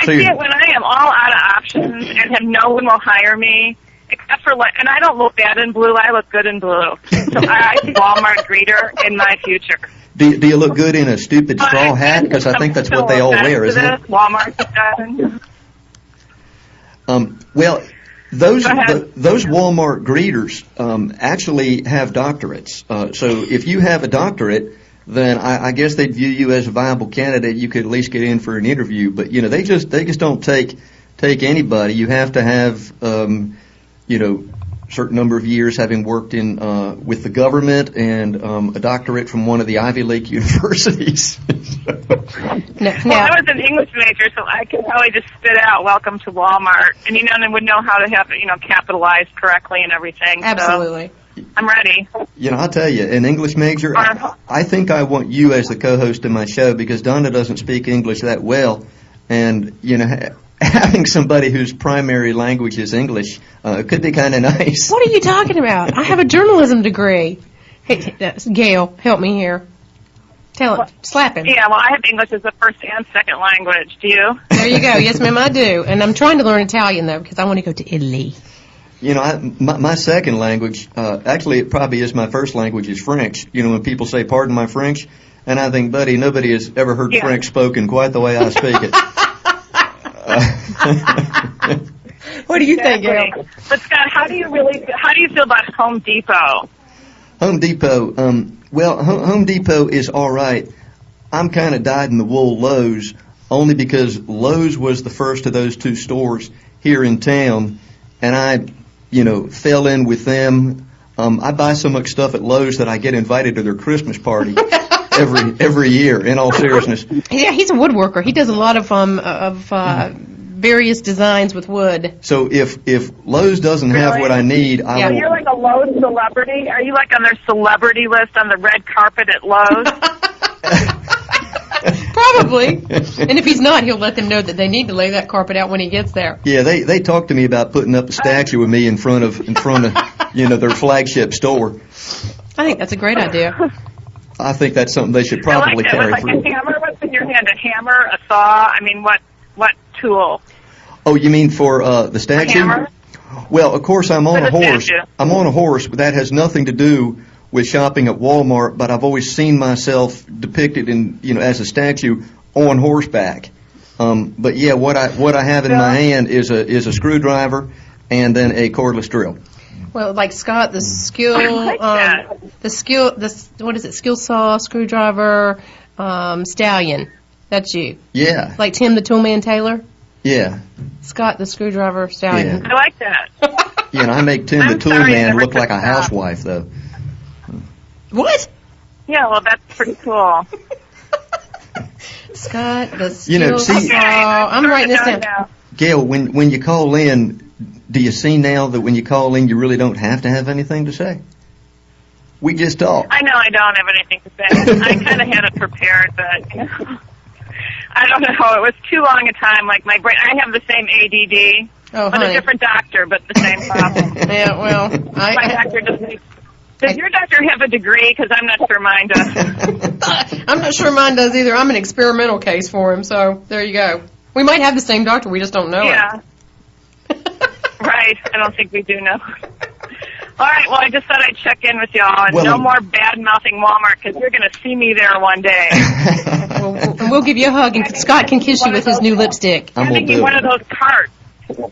So
see
you're-
it when I am all out of options and have no one will hire me except for like, and I don't look bad in blue. I look good in blue. So I see Walmart greeter in my future.
Do, do you look good in a stupid straw
But
hat? Because I think that's what they all wear, isn't it?
Walmart. uh,
Um, well, those
Go ahead.
th those Walmart greeters um, actually have doctorates. Uh, so if you have a doctorate, then I, I guess they'd view you as a viable candidate. You could at least get in for an interview. But you know, they just they just don't take take anybody. You have to have um, you know certain number of years having worked in uh, with the government and um, a doctorate from one of the Ivy League universities.
no,
Well,
now-
I was an English major, so I could probably just spit out "Welcome to Walmart," and you know, and would know how to have it, you know, capitalized correctly and everything.
absolutely.
So I'm ready.
You know, I'll tell you, an English major, I,
Uh-huh.
I think I want you as the co-host of my show because Donna doesn't speak English that well, and you know, ha- having somebody whose primary language is English uh, could be kind of nice.
What are you talking about? I have a journalism degree. Hey, that's- Gail, help me here. Tell him, slap him.
Yeah, well, I have English as a first and second language. Do you?
There you go. Yes, ma'am, I do. And I'm trying to learn Italian though because I want to go to Italy.
You know, I, my, my second language, uh, actually, it probably is my first language is French. You know, when people say "Pardon my French," and I think, buddy, nobody has ever heard
Yeah.
French spoken quite the way I speak it.
What do you think,
Exactly.
Gail?
But Scott, how do you really? How do you feel about Home Depot?
Home Depot. Um, well, Ho- Home Depot is all right. I'm kind of dyed in the wool Lowe's only because Lowe's was the first of those two stores here in town, and I, you know, fell in with them. Um, I buy so much stuff at Lowe's that I get invited to their Christmas party every every year. In all seriousness,
Yeah, he's a woodworker. He does a lot of um of uh, various designs with wood.
so if if Lowe's doesn't have
Really?
what I need, I
Yeah,
will.
You're like a Lowe's celebrity. Are you like on their celebrity list on the red carpet at Lowe's?
Probably. and if he's not, he'll let them know that they need to lay that carpet out when he gets there.
Yeah, they they talked to me about putting up a statue of me in front of in front of you know their flagship store.
I think that's a great idea.
I think that's something they should
I like
probably
that.
carry
With like
through.
a hammer. What's in your hand? A hammer? A saw? I mean, what? What tool?
Oh, you mean for uh, the statue?
hammer?
Well, of course, I'm on
For
a
the
horse.
statue.
I'm on a horse, but that has nothing to do with shopping at Walmart. But I've always seen myself depicted in you know as a statue on horseback. Um, but yeah, what I what I have in my hand is a is a screwdriver and then a cordless drill.
Well, like Scott, the skill,
like that.
um, the skill, the s- what is it? Skill saw, screwdriver, um, stallion. That's you.
Yeah,
Like Tim, the toolman Taylor.
yeah.
Scott, the screwdriver, stallion.
I like that.
You know, I make Tim the
I'm
tool
sorry, I
man
never
look like
took
a
that.
housewife, though.
What?
Yeah, well, that's pretty cool.
Scott, the
You
skill
know, see-
saw. I'm writing this down.
Gail, when when you call in, do you see now that when you call in, you really don't have to have anything to say? We just talk.
I know I don't have anything to say. I kind of had it prepared, but you know, I don't know. It was too long a time. Like my brain, I have the same ADD,
Oh,
but a
honey.
different doctor, but the same problem.
Yeah, well, I,
my doctor doesn't. Does your doctor have a degree? Because I'm not sure mine does.
I'm not sure mine does either. I'm an experimental case for him, so there you go. We might have the same doctor, we just don't know
yeah,
it.
right. I don't think we do know. All right. Well, I just thought I'd check in with y'all, and
Well,
no
um,
more bad mouthing Walmart because you're going to see me there one day.
Well, we'll- and we'll give you a hug, and Scott can kiss you with his new lipstick.
I'm
I
gonna
think you
do
one of
it.
those carts. or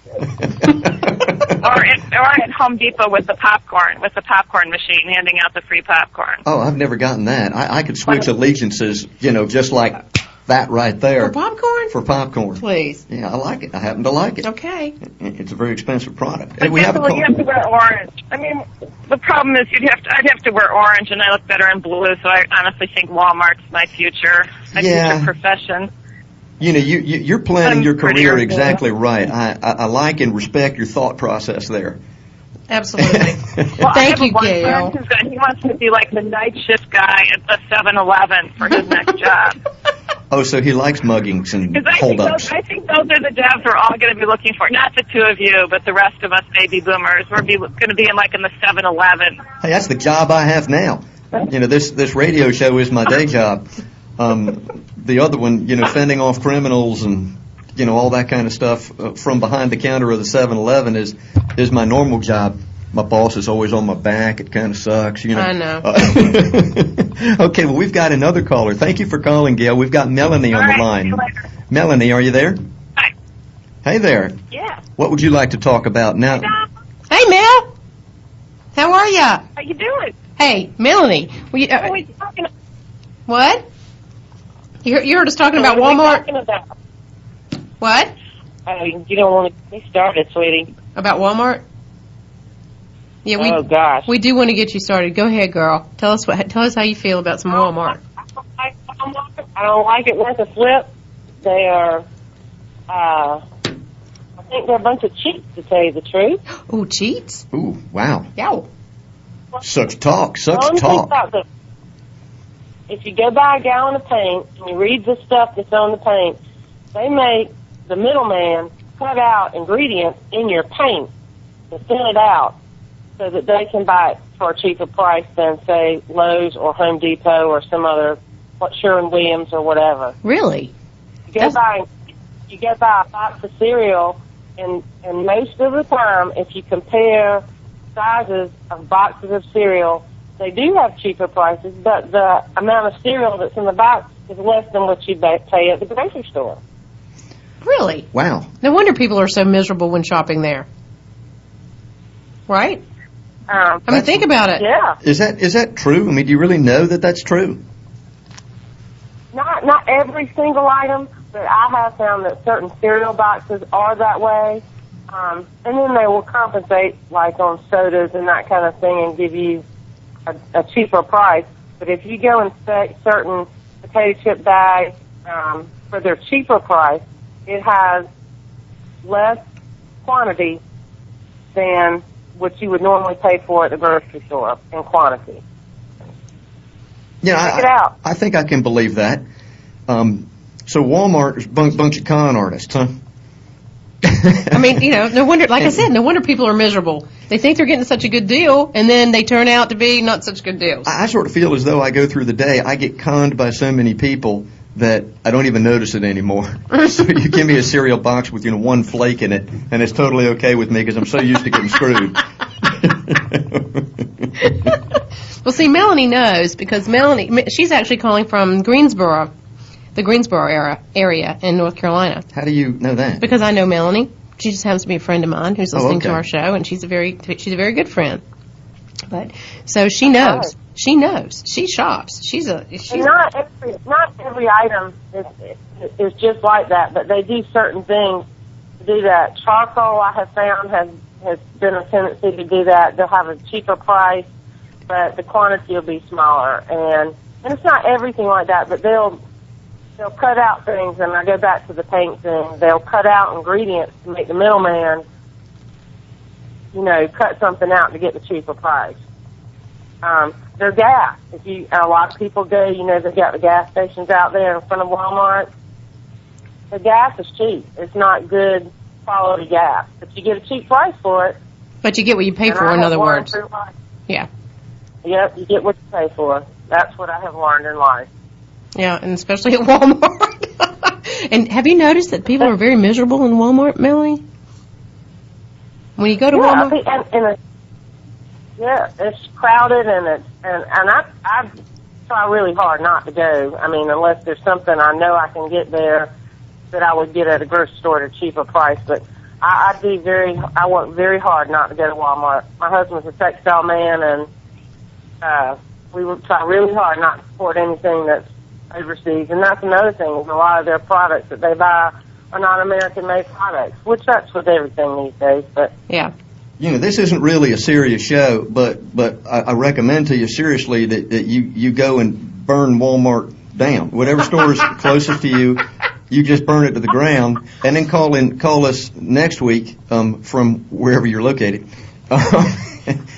at, or at Home Depot with the popcorn, with the popcorn machine, handing out the free popcorn.
Oh, I've never gotten that. I, I could switch allegiances, you know, just like that right there
For popcorn?
for popcorn.
Please.
Yeah, I like it. I happen to like it.
Okay.
It's a very expensive product. Hey,
But
we have a call.
definitely, you have to wear orange. I mean, the problem is you'd have to. I'd have to wear orange, and I look better in blue. So I honestly think Walmart's my future, my
Yeah.
future profession.
You know, you, you, you're planning
I'm
your
pretty
career
sure.
exactly right. I, I, I like and respect your thought process there.
Absolutely.
Well, I
Thank
have
you,
one
Gail.
friend who's got- He wants to be like the night shift guy at the 7-Eleven for his next job.
oh, so he likes muggings and
Because I, think
holdups.
those- I think those are the jobs we're all going to be looking for. Not the two of you, but the rest of us baby boomers. We're be, going to be in like in the 7-Eleven.
Hey, that's the job I have now. You know, this this radio show is my day job. Um, the other one, you know, fending off criminals and you know all that kind of stuff uh, from behind the counter of the 7-Eleven is is my normal job. My boss is always on my back. It kind of sucks, you know.
I know.
Uh, okay, well we've got another caller. Thank you for calling, Gail. We've got Melanie on
All
the
right, see
line.
you later.
Melanie, are you there?
Hi.
Hey there.
Yeah.
What would you like to talk about now?
hey, Mel. How are ya?
How you doing?
Hey, Melanie. We,
What
uh,
are we talking about?
what? You, you heard us talking about
What are we
Walmart.
talking about?
What?
Oh, you don't want to get me started, sweetie.
About Walmart? Yeah, we
oh gosh.
we do want to get you started. Go ahead, girl. Tell us what. Tell us how you feel about some
Oh,
Walmart.
I don't like Walmart. I don't like it worth a flip. They are. Uh, I think they're a bunch of cheats, to tell you the truth.
Ooh, cheats.
Ooh, wow.
Yeah.
Sucks talk.
Only
Sucks
thing
talk.
about them, if you go buy a gallon of paint and you read the stuff that's on the paint, they make the middleman cut out ingredients in your paint to thin it out so that they can buy it for a cheaper price than, say, Lowe's or Home Depot or some other what Sherwin Williams or whatever.
Really?
You go
That's-
buy you go buy a box of cereal and and most of the time if you compare sizes of boxes of cereal, they do have cheaper prices, but the amount of cereal that's in the box is less than what you ba- pay at the grocery store.
Really?
Wow.
No wonder people are so miserable when shopping there. Right?
Um,
I mean, think about it.
yeah,
Is that is that true? I mean, do you really know that that's true?
not not every single item, but I have found that certain cereal boxes are that way. Um, and then they will compensate, like on sodas and that kind of thing, and give you a, a cheaper price. But if you go and set certain potato chip bags um, for their cheaper price, it has less quantity than what you would normally pay for at the grocery store in quantity.
Yeah,
Check it out.
I, I think I can believe that. Um, so Walmart is a bunch, bunch of con artists, huh?
I mean, you know, no wonder, like I said, no wonder people are miserable. They think they're getting such a good deal, and then they turn out to be not such good deals.
I, I sort of feel as though I go through the day, I get conned by so many people that I don't even notice it anymore. so you give me a cereal box with you know one flake in it, and it's totally okay with me because I'm so used to getting screwed.
well, see, Melanie knows because Melanie, me- she's actually calling from Greensboro, the Greensboro era, area in North Carolina.
How do you know that?
Because I know Melanie. She just happens to be a friend of mine who's
Oh,
listening to
okay.
our show, and she's a very she's a very good friend. But so she knows. She knows. She shops. She's a
And
she's
not every not every item is, is just like that, but they do certain things to do that. Charcoal, I have found, has has been a tendency to do that. They'll have a cheaper price, but the quantity will be smaller. And and it's not everything like that, but they'll they'll cut out things. And I go back to the paint thing. They'll cut out ingredients to make the middleman, you know, cut something out to get the cheaper price um, their gas. If you, a lot of people go, you know, they've got the gas stations out there in front of Walmart. The gas is cheap. It's not good quality gas, but you get a cheap price for it.
but you get what you pay
And
for.
I
In
have
other
learned
words,
through life-
yeah,
Yep, you get what you pay for. That's what I have learned in life.
yeah, and especially at Walmart. and have you noticed that people are very miserable in Walmart, Melanie? When you go to
yeah, I
Walmart,
think- and, and it, yeah, it's crowded and it's and and I I try really hard not to go. I mean, unless there's something I know I can get there that I would get at a grocery store at a cheaper price, but. I, I do very. I work very hard not to go to Walmart. My husband's a textile man, and uh, we would try really hard not to support anything that's overseas. And that's another thing is a lot of their products that they buy are not American-made products, which that's with everything these days. But
yeah,
you know, this isn't really a serious show, but but I, I recommend to you seriously that, that you you go and burn Walmart down, whatever store is closest to you. You just burn it to the ground, and then call in, call us next week um, from wherever you're located, um,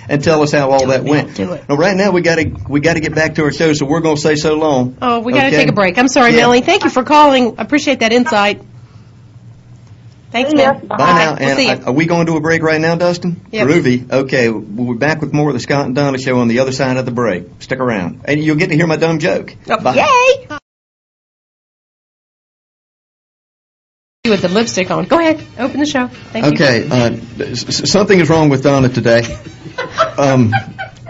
and tell us how all that went.
do it.
Now, right now we got to we got to get back to our show, so we're going to say so long.
Oh, we got to
Okay?
take a break. I'm sorry,
Yeah.
Melanie. Thank you for calling. Appreciate that insight. Thanks,
See ya.
man.
Bye
Bye now,
We'll see
and
you.
are we going to a break right now, Dustin?
Yep.
Groovy. Okay, we'll be back with more of the Scott and Donna show on the other side of the break. Stick around, and you'll get to hear my dumb joke. Bye.
Oh, yay! You With the lipstick on. Go ahead. Open the show. Thank you.
Okay, uh, s- s- something is wrong with Donna today. Um,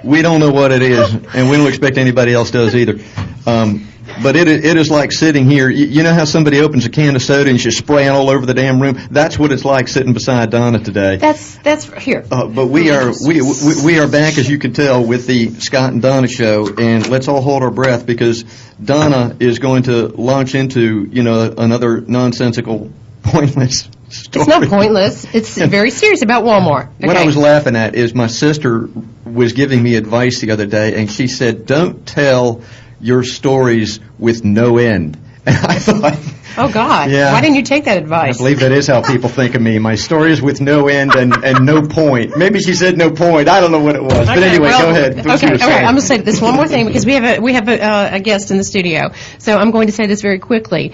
we don't know what it is, and we don't expect anybody else does either. Um, but it, i- it is like sitting here. You, you know how somebody opens a can of soda and she's spraying all over the damn room? That's what it's like sitting beside Donna today.
That's that's here.
Uh, but we are we, we we are back, as you can tell, with the Scott and Donna show, and let's all hold our breath because Donna is going to launch into you know another nonsensical, pointless story.
It's not pointless. It's very serious about Walmart. Okay.
What I was laughing at is my sister was giving me advice the other day, and she said, "Don't tell your stories with no end." And I thought,
oh God.
Yeah.
Why didn't you take that advice?
I believe that is how people think of me. My story is with no end and, and no point. Maybe she said no point. I don't know what it was. but
Okay,
anyway,
well,
go ahead. What you
Okay,
were
all right.
saying.
I'm going to say this one more thing because we have a we have a, uh, a guest in the studio, so I'm going to say this very quickly.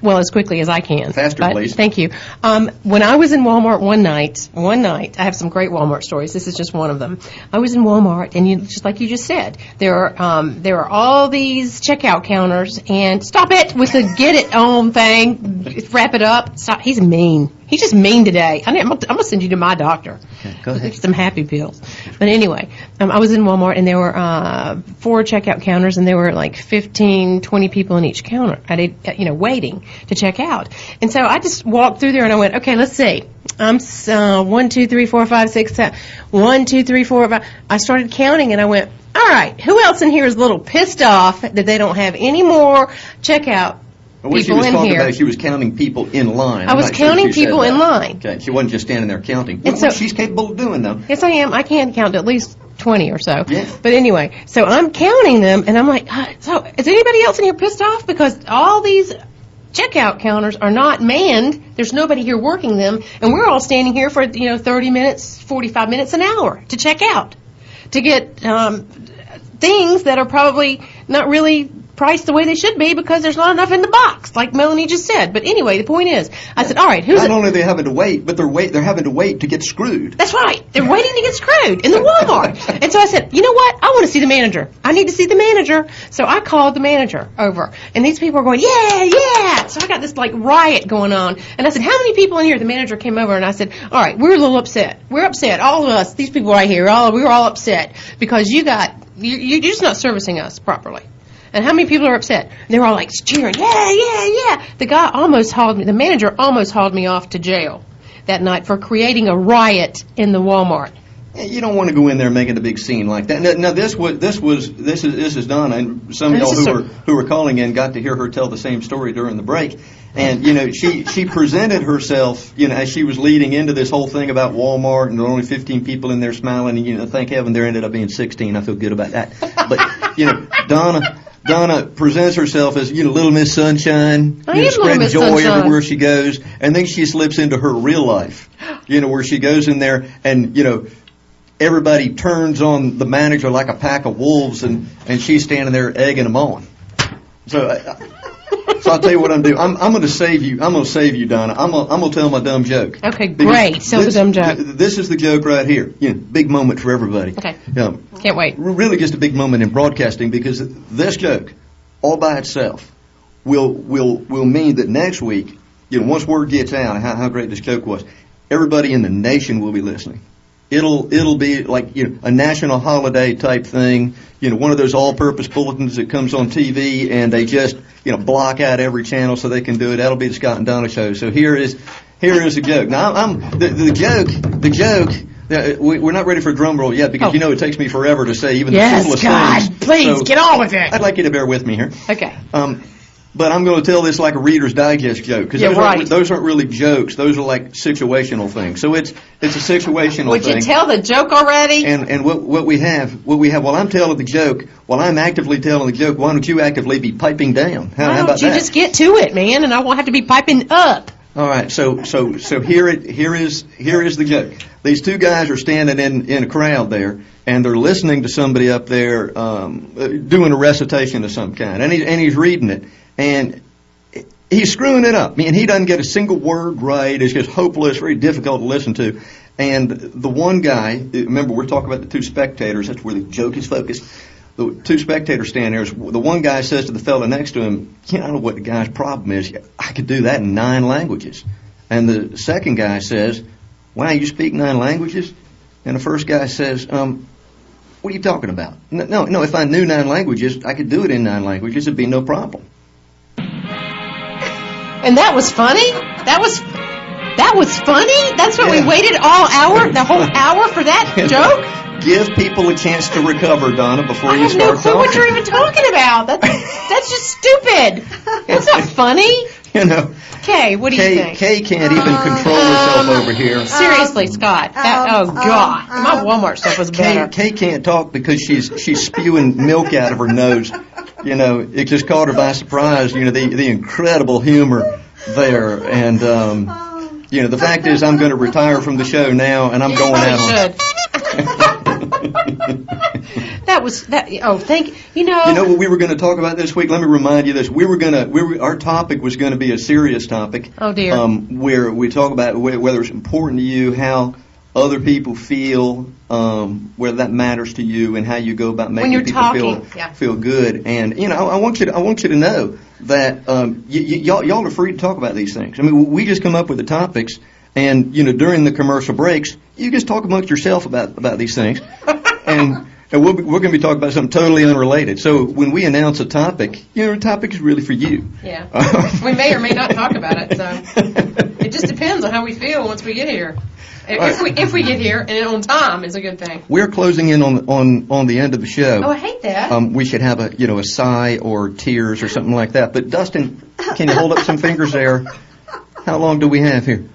Well, as quickly as I can.
Faster,
But-
please.
Thank you. Um, when I was in Walmart one night, one night, I have some great Walmart stories. This is just one of them. I was in Walmart, and you, just like you just said, there are um, there are all these checkout counters, and stop it with the get it on thing, wrap it up. Stop. He's mean. He's just mean today. I, I'm gonna send you to my doctor.
go ahead.
Some happy pills. But anyway, um, I was in Walmart and there were uh, four checkout counters and there were like 15, 20 people in each counter. I did, uh, you know, waiting to check out. And so I just walked through there and I went, okay, let's see. I'm s- uh, one, two, three, four, five, six, seven. One, two, three, four, five. I started counting and I went, all right, who else in here is a little pissed off that they don't have any more checkout
But what she
people
was
in
talking
here?
about, she was counting people in line.
I
I'm
was
not sure
counting
if she said
people in
that.
line.
Okay, she wasn't just standing there counting.
And
Which
so-
she's capable of doing, though.
Yes, I am. I can count at least 20 or so.
Yeah.
But anyway, so I'm counting them, and I'm like, "Ah, so is anybody else in here pissed off? Because all these checkout counters are not manned. There's nobody here working them, and we're all standing here for, you know, 30 minutes, 45 minutes, an hour to check out, to get um, things that are probably not really priced the way they should be because there's not enough in the box, like Melanie just said. But anyway, the point is, I said, all right, who's
Not only are they having to wait, but they're wait they're having to wait to get screwed.
that's right. They're waiting to get screwed in the Walmart. and so I said, you know what? I want to see the manager. I need to see the manager. So I called the manager over. And these people are going, yeah, yeah. So I got this like riot going on. And I said, how many people in here? The manager came over and I said, all right, we're a little upset. We're upset. All of us, these people right here, all we were all upset because you got, you, you're just not servicing us properly. And how many people are upset? They were all like cheering, yeah, yeah, yeah. The guy almost hauled me, the manager almost hauled me off to jail that night for creating a riot in the Walmart.
Yeah, You don't want to go in there making a big scene like that. Now, now this was this was this is this is Donna, and some of
This
y'all
is
who
her-
were who were calling in got to hear her tell the same story during the break. And you know, she she presented herself, you know, as she was leading into this whole thing about Walmart and there were only 15 people in there smiling, and you know, thank heaven there ended up being 16. I feel good about that. But you know, Donna. Donna presents herself as you know Little Miss Sunshine, you know,
I am Little
spreading
Miss
joy
Sunshine.
everywhere she goes, and then she slips into her real life, you know, where she goes in there and you know everybody turns on the manager like a pack of wolves, and, and she's standing there egging them on. So, I, so I'll tell you what I'm doing. I'm, I'm going to save you. I'm going to save you, Donna. I'm going I'm to tell my dumb joke.
Okay,
Because
great. Tell the
this-
dumb joke.
th- this is the joke right here. You know, big moment for everybody.
Okay.
Um,
Can't wait.
really just a big moment in broadcasting because this joke, all by itself, will will will mean that next week, you know, once word gets out how, how great this joke was, everybody in the nation will be listening. It'll it'll be like you know, a national holiday type thing. You know, one of those all-purpose bulletins that comes on TV, and they just you know block out every channel so they can do it. That'll be the Scott and Donna show. So here is here is a joke. Now I'm, I'm the, the joke the joke. yeah, we- We're not ready for a drum roll yet because you know it takes me forever to say even the
Oh. Yes,
simplest
God,
things.
please,
So
get on with it.
I'd like you to bear with me here.
Okay.
Um, But I'm going to tell this like a Reader's Digest joke because
Yeah,
those, aren't-
right.
those aren't really jokes. Those are like situational things. So it's it's a situational
Would
thing.
you tell the joke already?
and and what what we have what we have while I'm telling the joke while I'm actively telling the joke why don't you actively be piping down how, how
Why don't
about
you
that
just get to it, man, and I won't have to be piping up.
all right so so so here it here is here is the joke these two guys are standing in in a crowd there and they're listening to somebody up there um, uh, doing a recitation of some kind and he, and he's reading it and he's screwing it up. I mean, he doesn't get a single word right. It's just hopeless, very difficult to listen to. And the one guy, remember, we're talking about the two spectators. That's where the joke is focused. The two spectators stand there. The one guy says to the fellow next to him, "Yeah, I don't know what the guy's problem is. I could do that in nine languages." And the second guy says, "Wow, you speak nine languages?" And the first guy says, um, "What are you talking about? No, no, no. If I knew nine languages, I could do it in nine languages. It'd be no problem."
And that was funny. That was that was funny. That's what
Yeah.
we waited all hour, the whole hour for that joke.
Give people a chance to recover, Donna, before
I
you
have no
start
clue what
talking.
you're even talking about. That, that's just stupid. That's not funny.
you know,
Kay, what do you
Kay,
think?
Kay can't even
Um,
control herself over here.
Seriously, Scott. That, oh God, my Walmart stuff was
Kay,
better.
Kay can't talk because she's she's spewing milk out of her nose. You know, it just caught her by surprise. You know, the the incredible humor there, and um, you know, the fact is, I'm going to retire from the show now, and I'm going out. on-
Probably should. that was that. Oh, thank you. Know,
You know what we were going to talk about this week? Let me remind you this. We were going to we were, our topic was going to be a serious topic.
Oh, dear.
Um, where we talk about wh- whether it's important to you, how other people feel, um, whether that matters to you, and how you go about making
you're
people
talking,
feel
yeah.
feel good. And you know, I, I want you to, I want you to know that um, y- y- y'all y'all are free to talk about these things. I mean, we just come up with the topics, and you know, during the commercial breaks, you just talk amongst yourself about about these things, and. And we'll be, we're going to be talking about something totally unrelated. So when we announce a topic, you know, the topic is really for you.
yeah. we may or may not talk about it. So it just depends on how we feel once we get here. If we if we get here and on time is a good thing.
We're closing in on on on the end of the show.
Oh, I hate that.
um, we should have a you know a sigh or tears or something like that. But Dustin, can you hold up some fingers there? How long do we have here?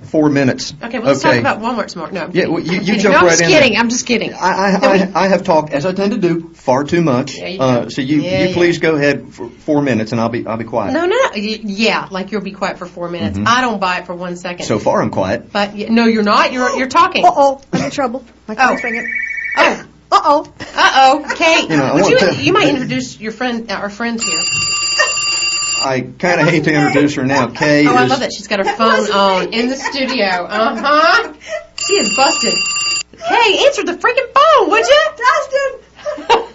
Four minutes.
okay, well, let's talk about Walmart Smart. No, I'm
Yeah,
kidding.
well, you-
I'm
you
kidding.
jump
no, I'm
right
just
in
kidding.
there.
I'm just kidding.
I, I, I, I have talked, as I tend to do, far too much.
Yeah, you
uh,
do.
so you,
Yeah,
you
yeah.
please go ahead for four minutes, and I'll be I'll be quiet.
no, no, no. Y- yeah, like you'll be quiet for four minutes. I don't buy it for one second.
Mm-hmm. So far, I'm quiet.
but y- no, you're not. You're you're talking.
Uh oh, I'm in trouble. My phone's
Oh.
ringing.
Oh,
Uh oh.
uh oh, Kate.
You know, I
would
want
you,
to-
you might introduce your friend, uh, our friend here.
I kind of hate to introduce her now. Kay
Oh,
is
I love that she's got her phone on in the studio. Uh huh. She is busted. Hey, answer the freaking phone, would you? Dustin.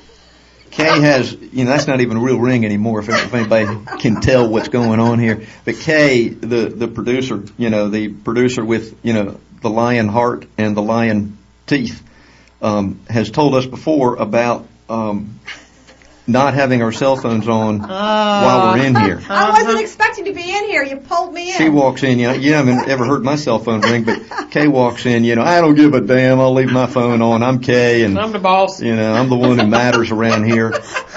Kay has, you know, that's not even a real ring anymore. If, if anybody can tell what's going on here, but Kay, the the producer, you know, the producer with, you know, the lion heart and the lion teeth, um, has told us before about um, not having our cell phones on while we're in here.
I
Uh-huh.
wasn't expecting to be in here. You pulled me in.
She walks in, you know, you haven't ever heard my cell phone ring, but Kay walks in, you know, I don't give a damn. I'll leave my phone on. I'm Kay, and
I'm the boss.
you know, I'm the one who matters around here.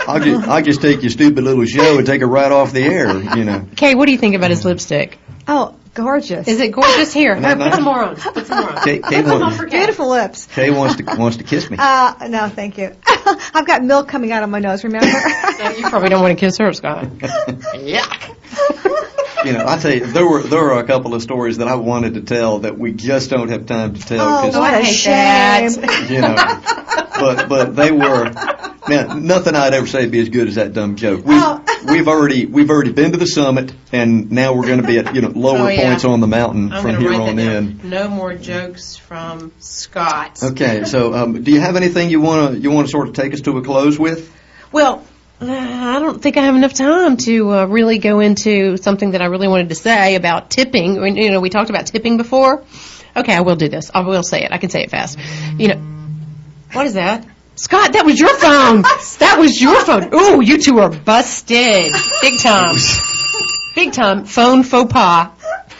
I'll just, I'll just take your stupid little show and take it right off the air, you know.
Kay, what do you think about his lipstick?
oh, gorgeous.
Is it gorgeous here?
that
Put
nice?
some more on. Put some more on.
Kay, Kay,
Put some on for
wants,
Kay.
Beautiful lips.
Kay wants to wants to kiss me.
Uh, no, thank you. I've got milk coming out of my nose, remember?
You probably don't want to kiss her, Scott. Yuck.
You know, I tell you, there were there are a couple of stories that I wanted to tell that we just don't have time to tell
oh,
because
what
I
a
hate
shame.
that.
you know. But but they were now nothing I'd ever say would be as good as that dumb joke. We
Oh.
we've already we've already been to the summit and now we're going to be at you know lower
Oh, yeah.
points on the mountain
I'm
from
gonna
here
write
on
that
in.
down. No more jokes from Scott.
Okay, so um, do you have anything you want to you want to sort of take us to a close with?
Well, uh, I don't think I have enough time to uh, really go into something that I really wanted to say about tipping. When, You know, we talked about tipping before. Okay, I will do this. I will say it. I can say it fast. You know, what is that? Scott, that was your phone. That was your phone. Ooh, you two are busted. Big time. Big time. Phone faux pas.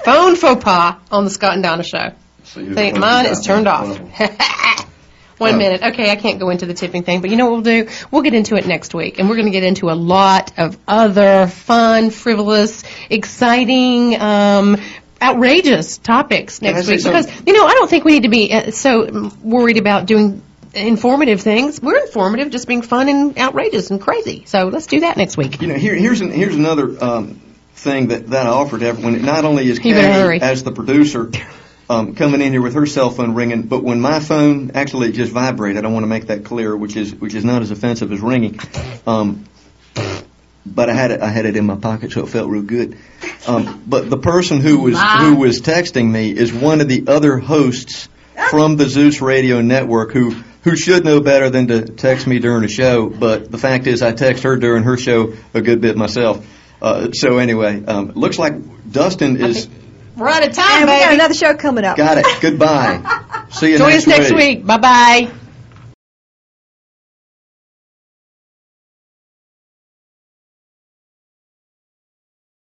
Phone faux pas on the Scott and Donna show.
So you-
Think mine is turned off. One
Oh.
minute. Okay, I can't go into the tipping thing, but you know what we'll do? We'll get into it next week, and we're going to get into a lot of other fun, frivolous, exciting, um, outrageous topics next
say
week.
something?
Because, you know, I don't think we need to be uh, so mm, worried about doing informative things. We're informative, just being fun and outrageous and crazy. So let's do that next week.
You know, here, here's an, here's another um, thing that, that I offer to everyone. Not only is
You better hurry.
Kay as the producer um, coming in here with her cell phone ringing, but when my phone actually just vibrated, I want to make that clear, which is which is not as offensive as ringing. Um, but I had it I had it in my pocket, so it felt real good. Um, but the person who was who was texting me is one of the other hosts from the Zeus Radio Network who who should know better than to text me during a show. But the fact is, I text her during her show a good bit myself. Uh, so anyway, um, looks like Dustin is
We're out of time,
And we got
baby.
another show coming up.
got it. Goodbye. See you
Join us next week. Bye-bye.